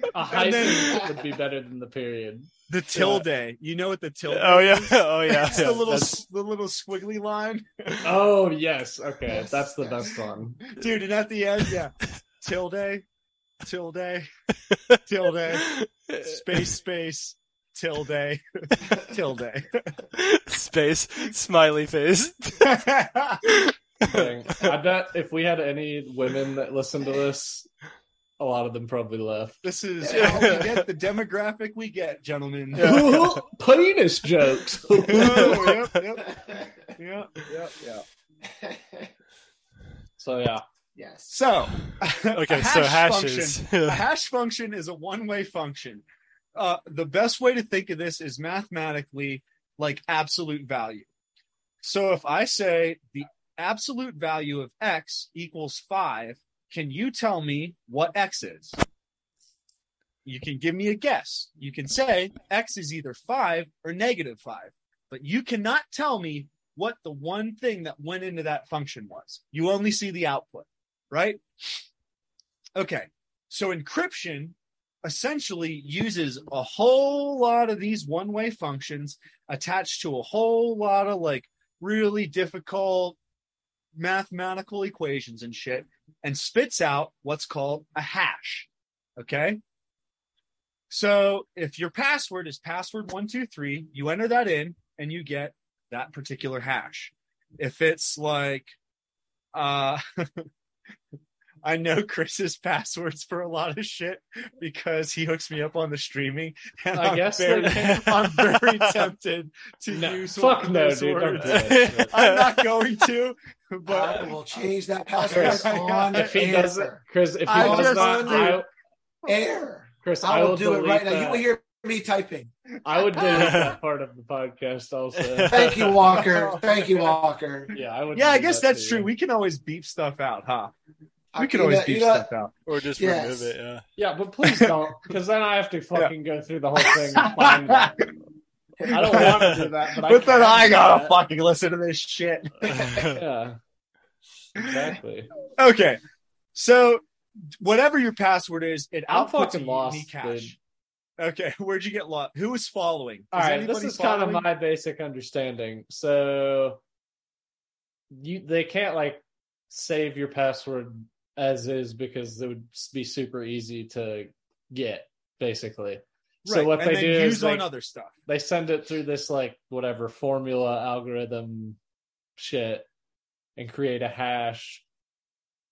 And hyphen then- would be better than the period. the tilde. You know what the tilde Oh yeah. Oh yeah. It's the Yeah, little that's- s the little squiggly line, Oh yes, okay, Yes, that's the yes. best one. dude. And at the end, yeah, tilde, tilde, tilde, space, space, tilde, tilde. [LAUGHS] [LAUGHS] space smiley face. Dang. I bet if we had any women that listened to this, a lot of them probably left. this is how we get the demographic we get, gentlemen. Penis jokes. [LAUGHS] yep, yep, yep, yep, yep. so yeah, [LAUGHS] yes. So, [LAUGHS] [LAUGHS] okay, a so hash hashes. [LAUGHS] a hash function is a one-way function. Uh, the best way to think of this is mathematically like absolute value. So if I say the absolute value of x equals five, can you tell me what x is? You can give me a guess. You can say x is either five or negative five, but you cannot tell me what the one thing that went into that function was. You only see the output, right? Okay. So encryption essentially uses a whole lot of these one way functions attached to a whole lot of like really difficult mathematical equations and shit and spits out what's called a hash. Okay. So if your password is password 123, you enter that in and you get that particular hash. If it's like, uh, [LAUGHS] I know Chris's passwords for a lot of shit because he hooks me up on the streaming. And I I'm guess very- they're- [LAUGHS] [LAUGHS] I'm very tempted to No. use Fuck one of no, those dude, don't words. do that. I'm not going to, I but will change that Uh, Chris, password [LAUGHS] on if he air. does it, Chris, if he I does just- not, I, dude. air. Chris, I will do it delete right now. that. You will hear me typing. I would delete that part of the podcast [LAUGHS] also. Thank you, [LAUGHS] Walker. Thank you, Walker. Yeah, I would. yeah, I do guess that that's too. true. We can always beep stuff out, huh? We I- can you always know- beep you know- stuff out. or just Yes. remove it, yeah. [LAUGHS] Yeah, but please don't, because then I have to fucking go through the whole thing. And find that. [LAUGHS] I don't want to do that, but, I But then can I do gotta that. fucking listen to this shit. Yeah, exactly. Okay, so whatever your password is, it I'm outputs a fucking lost, unique hash. Okay, [LAUGHS] where'd you get lost? Who was following? All right, this anybody is kind of following? my basic understanding. So you they can't like save your password as is because it would be super easy to get basically. So Right, what and they then do use is they, on other stuff. they send it through this like whatever formula algorithm shit and create a hash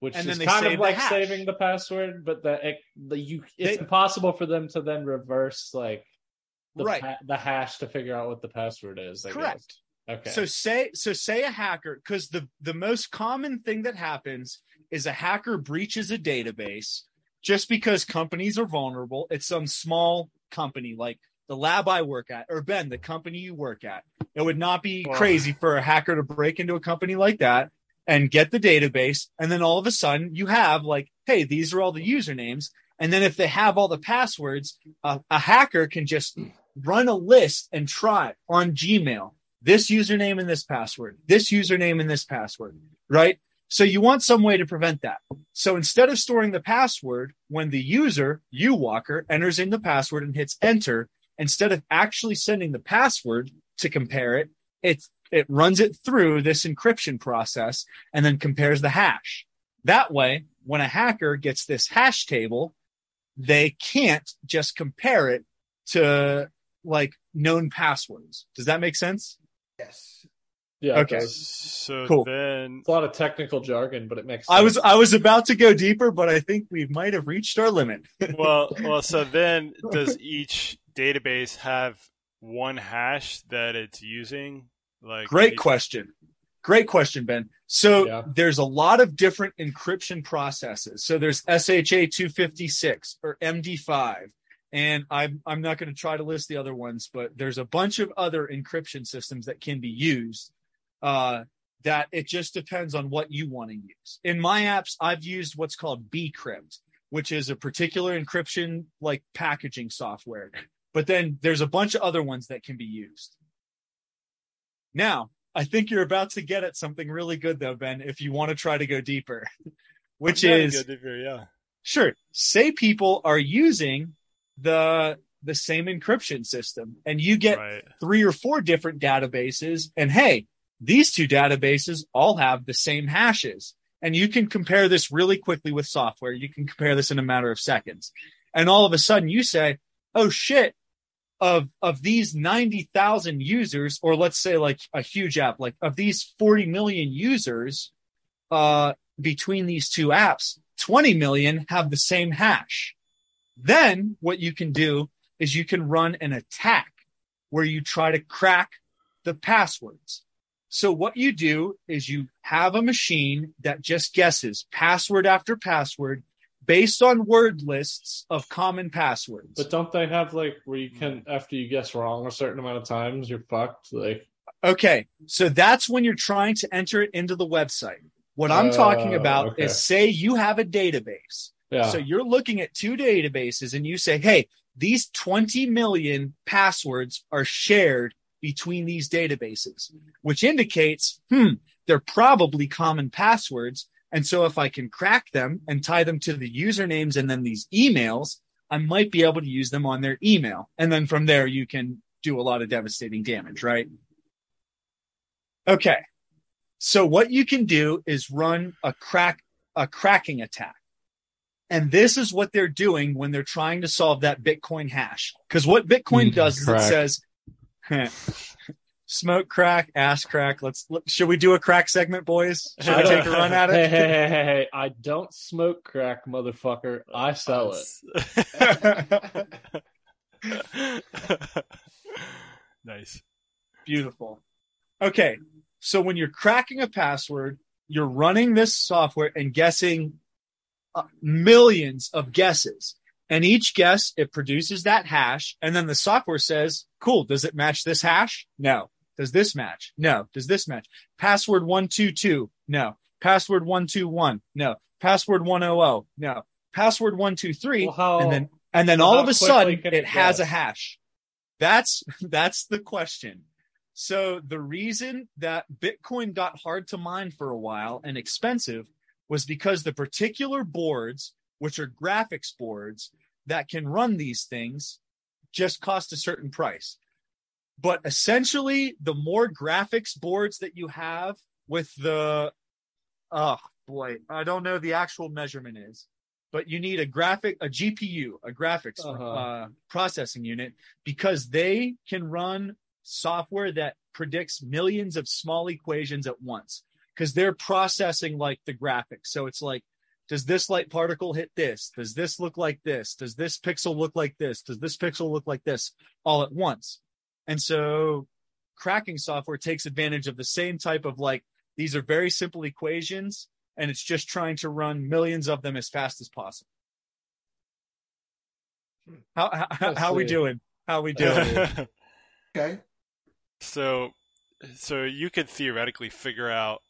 which And is then they kind save of the like hash. saving the password but the, it, the you it's They- impossible for them to then reverse like the, Right. pa- the hash to figure out what the password is I Correct. guess. okay So say so say a hacker because the the most common thing that happens is a hacker breaches a database just because companies are vulnerable. It's some small company like the lab I work at or Ben, the company you work at. It would not be Wow. crazy for a hacker to break into a company like that and get the database, and then all of a sudden you have like, hey, these are all the usernames, and then if they have all the passwords, a, a hacker can just run a list and try on Gmail this username and this password, this username and this password, right? So you want some way to prevent that. So instead of storing the password, when the user, you Walker, enters in the password and hits enter, instead of actually sending the password to compare it, it it runs it through this encryption process and then compares the hash. That way, when a hacker gets this hash table, they can't just compare it to like known passwords. Does that make sense? Yes. Yeah. it Okay. does. So Cool. then, It's a lot of technical jargon, but it makes. I was sense. I was about to go deeper, but I think we might have reached our limit. well, well, so then, does each database have one hash that it's using? Like, Great each- question. Great question, Ben. So Yeah. there's a lot of different encryption processes. So there's SHA 256 or MD5. And I'm, I'm not going to try to list the other ones, but there's a bunch of other encryption systems that can be used uh, that it just depends on what you want to use. In my apps, I've used what's called Bcrypt, which is a particular encryption like packaging software. But then there's a bunch of other ones that can be used. Now, I think you're about to get at something really good though, Ben, if you want to try to go deeper, [LAUGHS] which Yeah, is good to hear, yeah. sure, say people are using the the same encryption system and you get Right. three or four different databases and hey, these two databases all have the same hashes. And you can compare this really quickly with software. You can compare this in a matter of seconds. And all of a sudden you say, oh shit, of, of these 90,000 users, or let's say like a huge app, like of these 40 million users, uh, between these two apps, 20 million have the same hash. Then what you can do is you can run an attack where you try to crack the passwords. So what you do is you have a machine that just guesses password after password based on word lists of common passwords. But don't they have like where you can Mm. after you guess wrong a certain amount of times you're fucked? Like Okay. So that's when you're trying to enter it into the website. What I'm talking Oh, about okay. is say you have a database yeah, So you're looking at two databases and you say, hey, these 20 million passwords are shared between these databases, which indicates, hmm, they're probably common passwords. And so if I can crack them and tie them to the usernames and then these emails, I might be able to use them on their email. And then from there, you can do a lot of devastating damage, right? Okay. So what you can do is run a crack, a cracking attack. And this is what they're doing when they're trying to solve that Bitcoin hash. Because what Bitcoin Mm, does is it crack. says, smoke crack, ass crack. Let's, let, should we do a crack segment, boys? Should I take a run [LAUGHS] at hey, hey, it? hey, hey, hey! I don't smoke crack, motherfucker. I Uh, sell it. [LAUGHS] nice. Beautiful. Okay. So when you're cracking a password, you're running this software and guessing uh, millions of guesses. And each guess, it produces that hash. And then the software says, cool, does it match this hash? No. Does this match? No. Does this match? Password 122? No. Password 121? No. Password 100? No. Password 123? Well, how and then and then Well, all how of a quickly sudden can it it has a guess? hash that's [LAUGHS] that's the question so the reason that bitcoin got hard to mine for a while and expensive was because the particular boards which are graphics boards that can run these things just cost a certain price but essentially the more graphics boards that you have with the oh boy i don't know the actual measurement is but you need a graphic a gpu a graphics Uh-huh. uh, processing unit because they can run software that predicts millions of small equations at once because they're processing like the graphics so it's like does this light particle hit this does this look like this does this pixel look like this does this pixel look like this all at once and so cracking software takes advantage of the same type of like these are very simple equations and it's just trying to run millions of them as fast as possible how how, how, I how we see. doing how we doing Okay. [LAUGHS] so, so you could theoretically figure out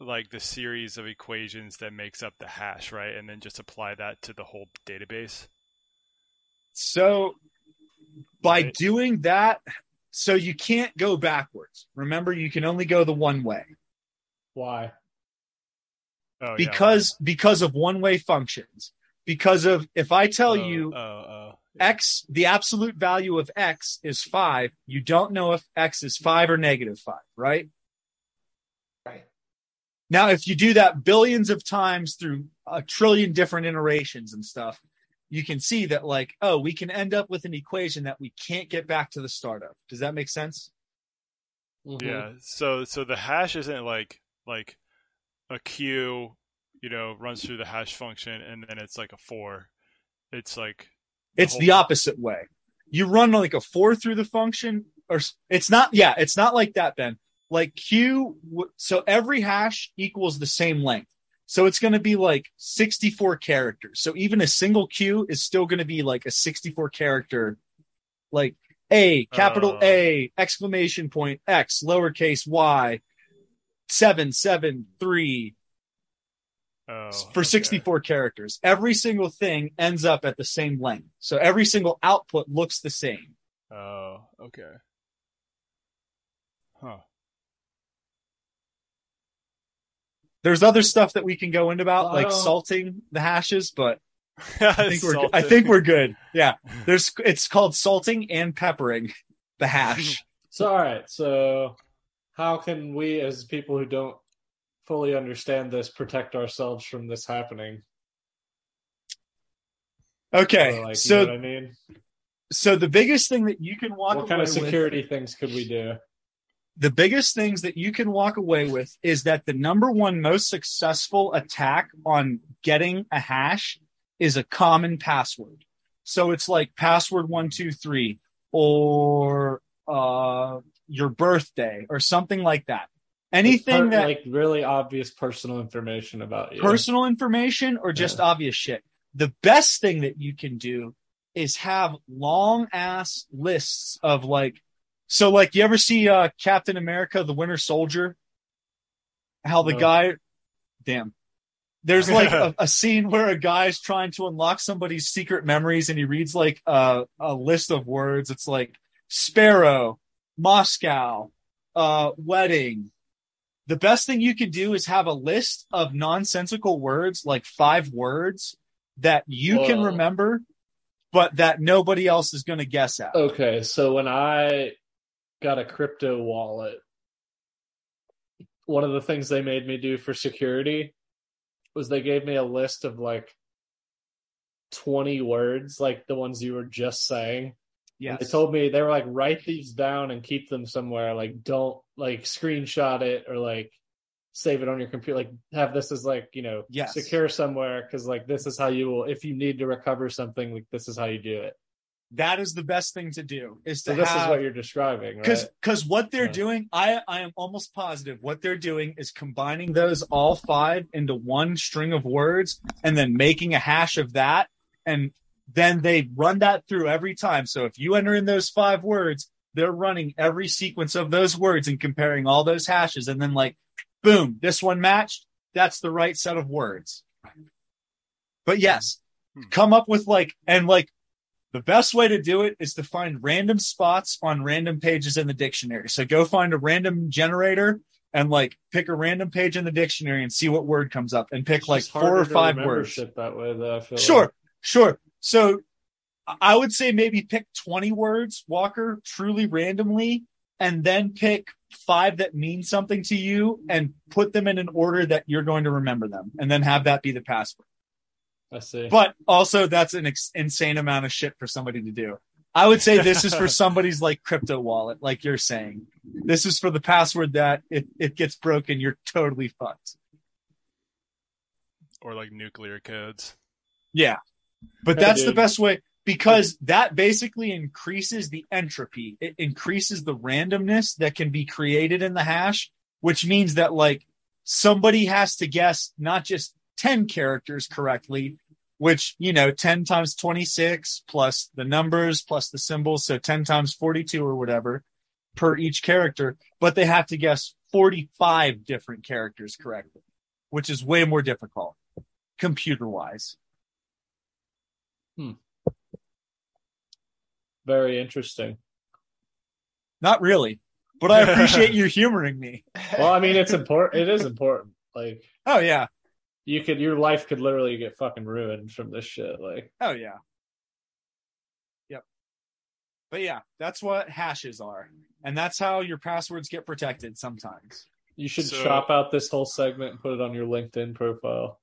like the series of equations that makes up the hash, right? And then just apply that to the whole database. So by Right. doing that, so you can't go backwards. Remember, you can only go the one way why? Oh, yeah, because because of one way functions. Because of if I tell right. Oh, you oh, oh, X, the absolute value of X is five. You don't know if X is five or negative five, right? Right. Now, if you do that billions of times through a trillion different iterations and stuff, you can see that, like, oh, we can end up with an equation that we can't get back to the start of. Does that make sense? Mhm. Yeah. So so the hash isn't like like a queue, you know, runs through the hash function and then it's like a four. It's like It's the whole- opposite way. You run like a four through the function, or s- it's not. Yeah, it's not like that, Ben. Like Q, w- so every hash equals the same length. So it's going to be like 64 characters. So even a single Q is still going to be like a 64 character, like A, capital Oh. A, exclamation point, X, lowercase y, seven, seven, three, oh, for okay. 64 characters. Every single thing ends up at the same length. So every single output looks the same. Oh, okay. Huh. There's other stuff that we can go into about, like Wow. salting the hashes, but I I [LAUGHS] think we're I think we're good. [LAUGHS] Yeah. There's it's called salting and peppering [LAUGHS] the hash. So, all right. So, how can we, as people who don't fully understand this, protect ourselves from this happening? Okay. Or, like, so you know what Oh, I mean, so the biggest thing that you can walk what kind away of with- security things could we do? the biggest things that you can walk away with is that the number one most successful attack on getting a hash is a common password. So it's like password one, two, three, or uh, your birthday or something like that. Anything Per- that like really obvious personal information about you. personal information or just obvious shit. The best thing that you can do is have long ass lists of like, so like you ever see uh, Captain America: The Winter Soldier? How the No. guy, damn. There's like a, a scene where a guy's trying to unlock somebody's secret memories, and he reads like a, a list of words. It's like sparrow, Moscow, uh, wedding, the best thing you can do is have a list of nonsensical words, like five words that you can Whoa. remember, but that nobody else is going to guess Oh, at. Okay, so when I got a crypto wallet, one of the things they made me do for security was they gave me a list of like 20 words, like the ones you were just saying. yes. They told me they were like, write these down and keep them somewhere. Like, don't like screenshot it or like save it on your computer. Like, have this as like, you know, Yes. secure somewhere. Cause like, this is how you will, if you need to recover something, like, this is how you do it. that is the best thing to do is to So, this have, is what you're describing, right? because because what they're Right. doing i i am almost positive what they're doing is combining those all five into one string of words and then making a hash of that and then they run that through every time so if you enter in those five words they're running every sequence of those words and comparing all those hashes and then like boom this one matched that's the right set of words but yes Hmm. come up with like and like the best way to do it is to find random spots on random pages in the dictionary. So go find a random generator and like pick a random page in the dictionary and see what word comes up and pick It's like just four harder or to five remember words. shit that way, though, I feel like. Sure, sure. So I- I would say maybe pick 20 words, Walker, truly randomly, and then pick five that mean something to you and put them in an order that you're going to remember them and then have that be the password. I see. But also, that's an ex- insane amount of shit for somebody to do. I would say this is for somebody's like crypto wallet, like you're saying. This is for the password that if it gets broken, you're totally fucked. or like nuclear codes. Yeah. But Yeah, that's the dude. best way because that basically increases the entropy. It increases the randomness that can be created in the hash, which means that like somebody has to guess not just 10 characters correctly, which, you know, 10 times 26 plus the numbers plus the symbols. So 10 times 42 or whatever per each character, but they have to guess 45 different characters correctly, which is way more difficult computer wise. Very interesting. Not really, [LAUGHS] but I appreciate you humoring me. Well, I [LAUGHS] mean, it's important. It is important. Like, Oh yeah, you could, your life could literally get fucking ruined from this shit. Like, oh yeah. But yeah, that's what hashes are. And that's how your passwords get protected sometimes. You should So- chop out this whole segment and put it on your LinkedIn profile.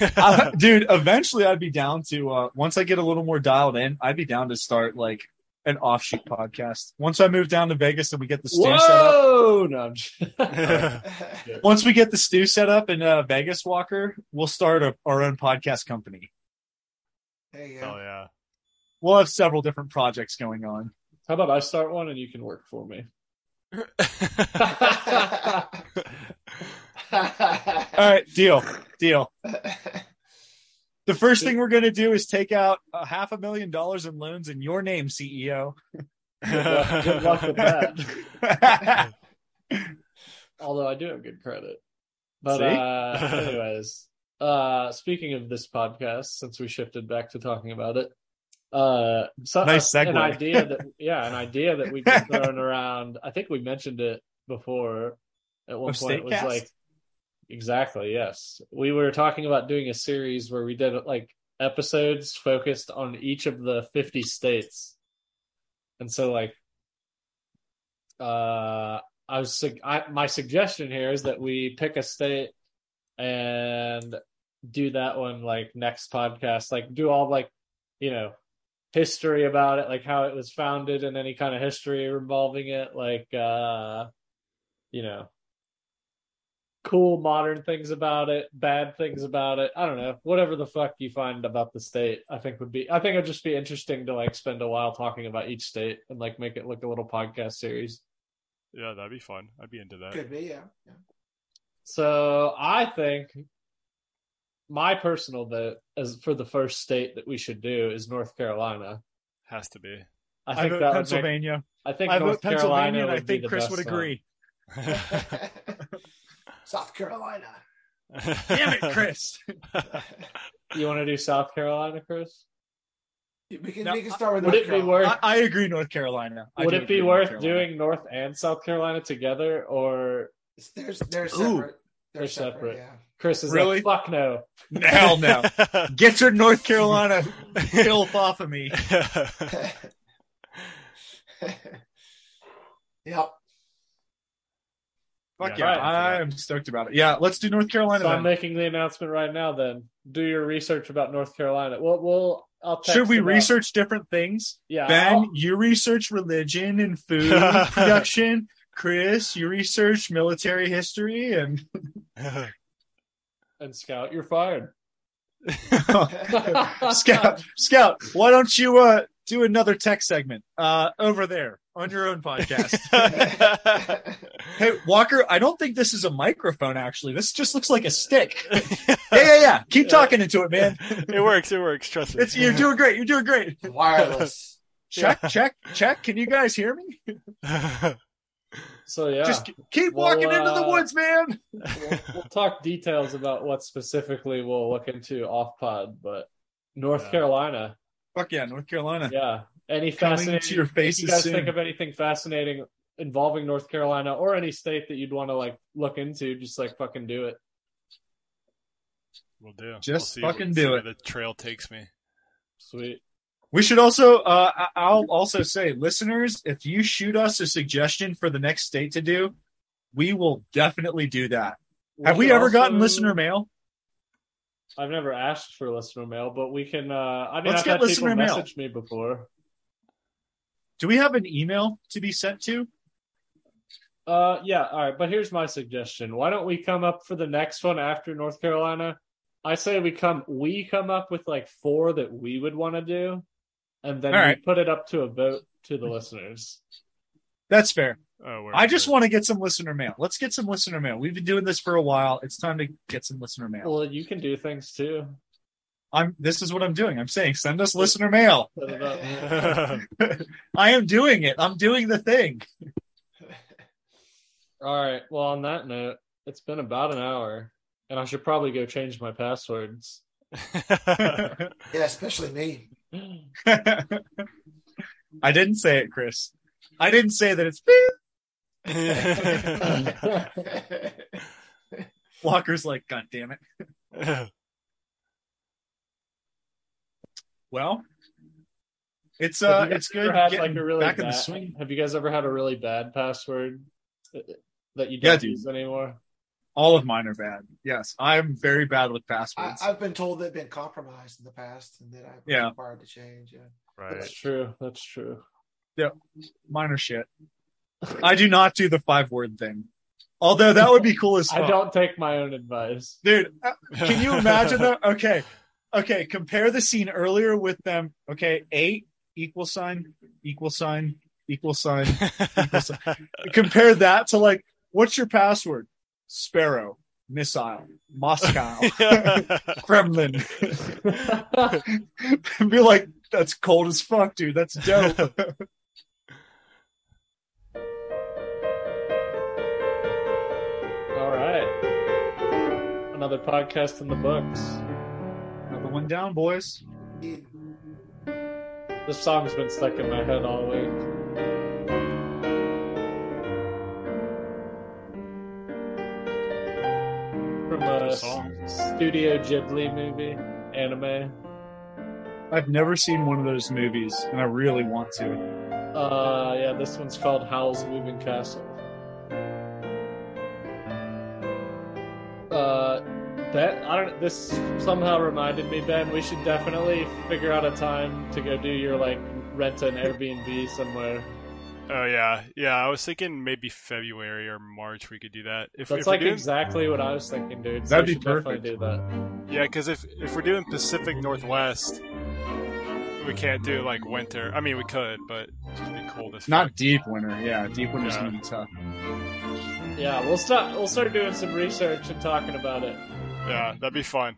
I- [LAUGHS] dude, eventually I'd be down to uh once I get a little more dialed in, I'd be down to start like an offshoot podcast. Once I move down to Vegas and we get the stew set up. Whoa! No, I'm [LAUGHS] just- Once we get the stew set up in uh, Vegas Walker, we'll start a, our own podcast company. there you Oh go. yeah. We'll have several different projects going on. How about I start one and you can work for me? All right, deal. Deal. The first thing we're going to do is take out a half a million dollars in loans in your name, E [LAUGHS] CEO. Good luck, good luck with [LAUGHS] that. Although I do have good credit. But See? uh, [LAUGHS] anyways, uh, speaking of this podcast, since we shifted back to talking about it, uh, so, Nice an segue. idea that yeah, an idea that we've [LAUGHS] been throwing around. I think we mentioned it before. At one Of point, it was Statecast? like exactly yes. We were talking about doing a series where we did like episodes focused on each of the fifty states, and so like, uh, I was sug- I, my suggestion here is that we pick a state and do that one like next podcast, like do all like you know history about it, like how it was founded and any kind of history involving it, like uh you know cool modern things about it, bad things about it. I don't know. Whatever the fuck you find about the state, I think would be I think it'd just be interesting to like spend a while talking about each state and like make it look a little podcast series. [LAUGHS] yeah, that'd be fun. I'd be into that. [LAUGHS] Could be, yeah. yeah. So I think my personal vote as for the first state that we should do is North Carolina. Has to be. I I think vote that would make Pennsylvania. I think I North vote Carolina Pennsylvania, and I would be think the Chris best would one. [LAUGHS] agree. [LAUGHS] South Carolina. Damn it, Chris. You want to do South Carolina, Chris? We can, Now, we can start with Would North it be Carolina. worth I, I agree, North Carolina. I Would do it be agree, North worth Carolina. doing North and South Carolina together, or They're, they're separate. They're They're separate. separate. Chris is Really? like, "Fuck no." [LAUGHS] Hell no. Get your [LAUGHS] North Carolina [LAUGHS] filth off of me. Yeah. [LAUGHS] yep. Fuck Yeah, yeah. right. I am stoked about it. Yeah, let's do North Carolina So I'm then. making the announcement right now. Then do your research about North Carolina. Well, we'll. I'll text Should we about- research different things? Yeah, Ben, I'll- you research religion [LAUGHS] and food production. Chris, you research military history and and Scout, you're fired. [LAUGHS] [LAUGHS] Scout. Scout, why don't you uh, do another tech segment uh, over there on your [LAUGHS] own podcast? [LAUGHS] hey, Walker, I don't think this is a microphone. Actually, this just looks like a stick. yeah, yeah, yeah. Keep talking into it, man. it works. It works. Trust me. [LAUGHS] It's you're doing great. You're doing great. [LAUGHS] Wireless. Check, check, check. Can you guys hear me? So yeah, Just keep Well, walking into the uh, woods, man. we'll, we'll talk details about what specifically we'll look into off pod, but North Yeah. Carolina. Fuck yeah, North Carolina. Yeah. Any Coming fascinating to your if faces you guys soon. think of anything fascinating involving North Carolina or any state that you'd want to like look into, just like fucking do it. We'll do. Just We'll see- fucking see do where it. The trail takes me. Sweet. We should also, uh, I- I'll also say, listeners, if you shoot us a suggestion for the next state to do, we will definitely do that. Have we could ever gotten also- listener mail? I've never asked for listener mail, but we can uh I mean Let's I've get had listener people mail. message me before. Do we have an email to be sent to? Uh yeah, all right, but here's my suggestion. Why don't we come up for the next one after North Carolina? I say we come we come up with like four that we would want to do and then All we right. put it up to a vote to the listeners. That's fair. Oh, we're I just good. want to get some listener mail. Let's get some listener mail. We've been doing this for a while. It's time to get some listener mail. Well, you can do things too. I'm. This is what I'm doing. I'm saying, send us listener mail. Put it up. I am doing it. I'm doing the thing. [LAUGHS] All right. Well, on that note, it's been about an hour, and I should probably go change my [LAUGHS] passwords. [LAUGHS] yeah, especially me. I didn't say it, Chris. I didn't say that it's Walker's like, God damn it. Well, It's Have uh, you guys it's ever good. had, getting like, a really back in the bad- swing. Have you guys ever had a really bad password uh, that you Yeah, don't dude. use anymore? All of mine are bad. Yes, I'm very bad with [LAUGHS] I, passwords. I've been told they've been compromised in the past, and that I've been Yeah. required to change. Yeah. [LAUGHS] Right. That's true. That's true. Mine are shit. I do not do the five word thing. Although that would be cool as fuck. [LAUGHS] I don't take my own [LAUGHS] advice. Dude, uh, can you [LAUGHS] imagine that? Okay. Okay. Compare the scene earlier with them. Okay. Eight equal sign, equal sign, equal sign. [LAUGHS] compare that to like, what's your password? Sparrow, missile, [LAUGHS] Moscow, Kremlin. [LAUGHS] Be like, that's cold as fuck, dude. [LAUGHS] That's dope. All right. Another podcast in the books. Another one down, boys. Indeed. This song's been stuck in my head all week. From Good a song. Studio Ghibli movie, anime. I've never seen one of those movies, and I really want to. Uh, yeah, this one's called Howl's Moving Castle. Uh, that I don't. This somehow reminded me, Ben. We should definitely figure out a time to go do your like rent an Airbnb somewhere. [LAUGHS] Oh yeah, yeah. I was thinking maybe February or March we could do that. If, That's if we're like doing, exactly what I was thinking, dude. we That'd be should definitely perfect. Do that. yeah, because if if we're doing Pacific Northwest, we can't do like winter. I mean, we could, but it'd just be cold as Not deep winter. Yeah, deep winter's Yeah. gonna be tough. Yeah, we'll start. We'll start doing some research and talking about it. fuck. Yeah, that'd be fun.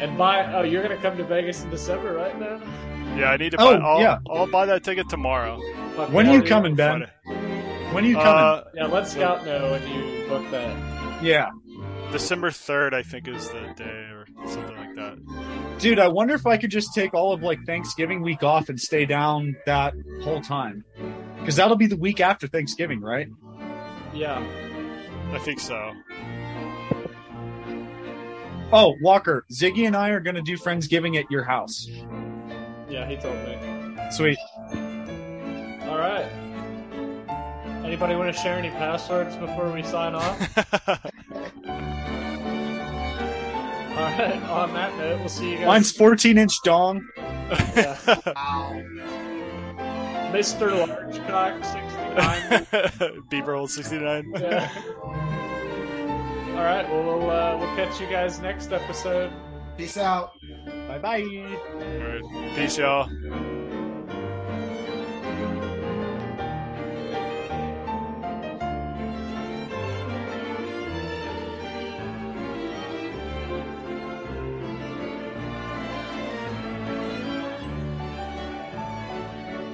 And by oh, you're gonna come to Vegas in December, right, man? Yeah, I need to Oh, buy. I'll, yeah. I'll buy that ticket tomorrow. Fuck When yeah, are you dude. coming, Ben? When are you coming? Uh, Yeah, let Scout know when you book that. yeah. December third, I think, is the day or something like that. Dude, I wonder if I could just take all of like Thanksgiving week off and stay down that whole time. Because that'll be the week after Thanksgiving, right? Yeah. I think so. [LAUGHS] Oh, Walker, Ziggy and I are going to do Friendsgiving at your house. Yeah, he told me. Sweet. All right. Anybody want to share any passwords before we sign [LAUGHS] off? All right. On that note, we'll see you guys. Mine's 14 inch dong. Ow. Mr. Largecock [LAUGHS] 69. Bieber sixty nine. Yeah. All right. Well, we'll, uh, we'll catch you guys next episode. Peace out. Bye bye. All right. Peace, y'all.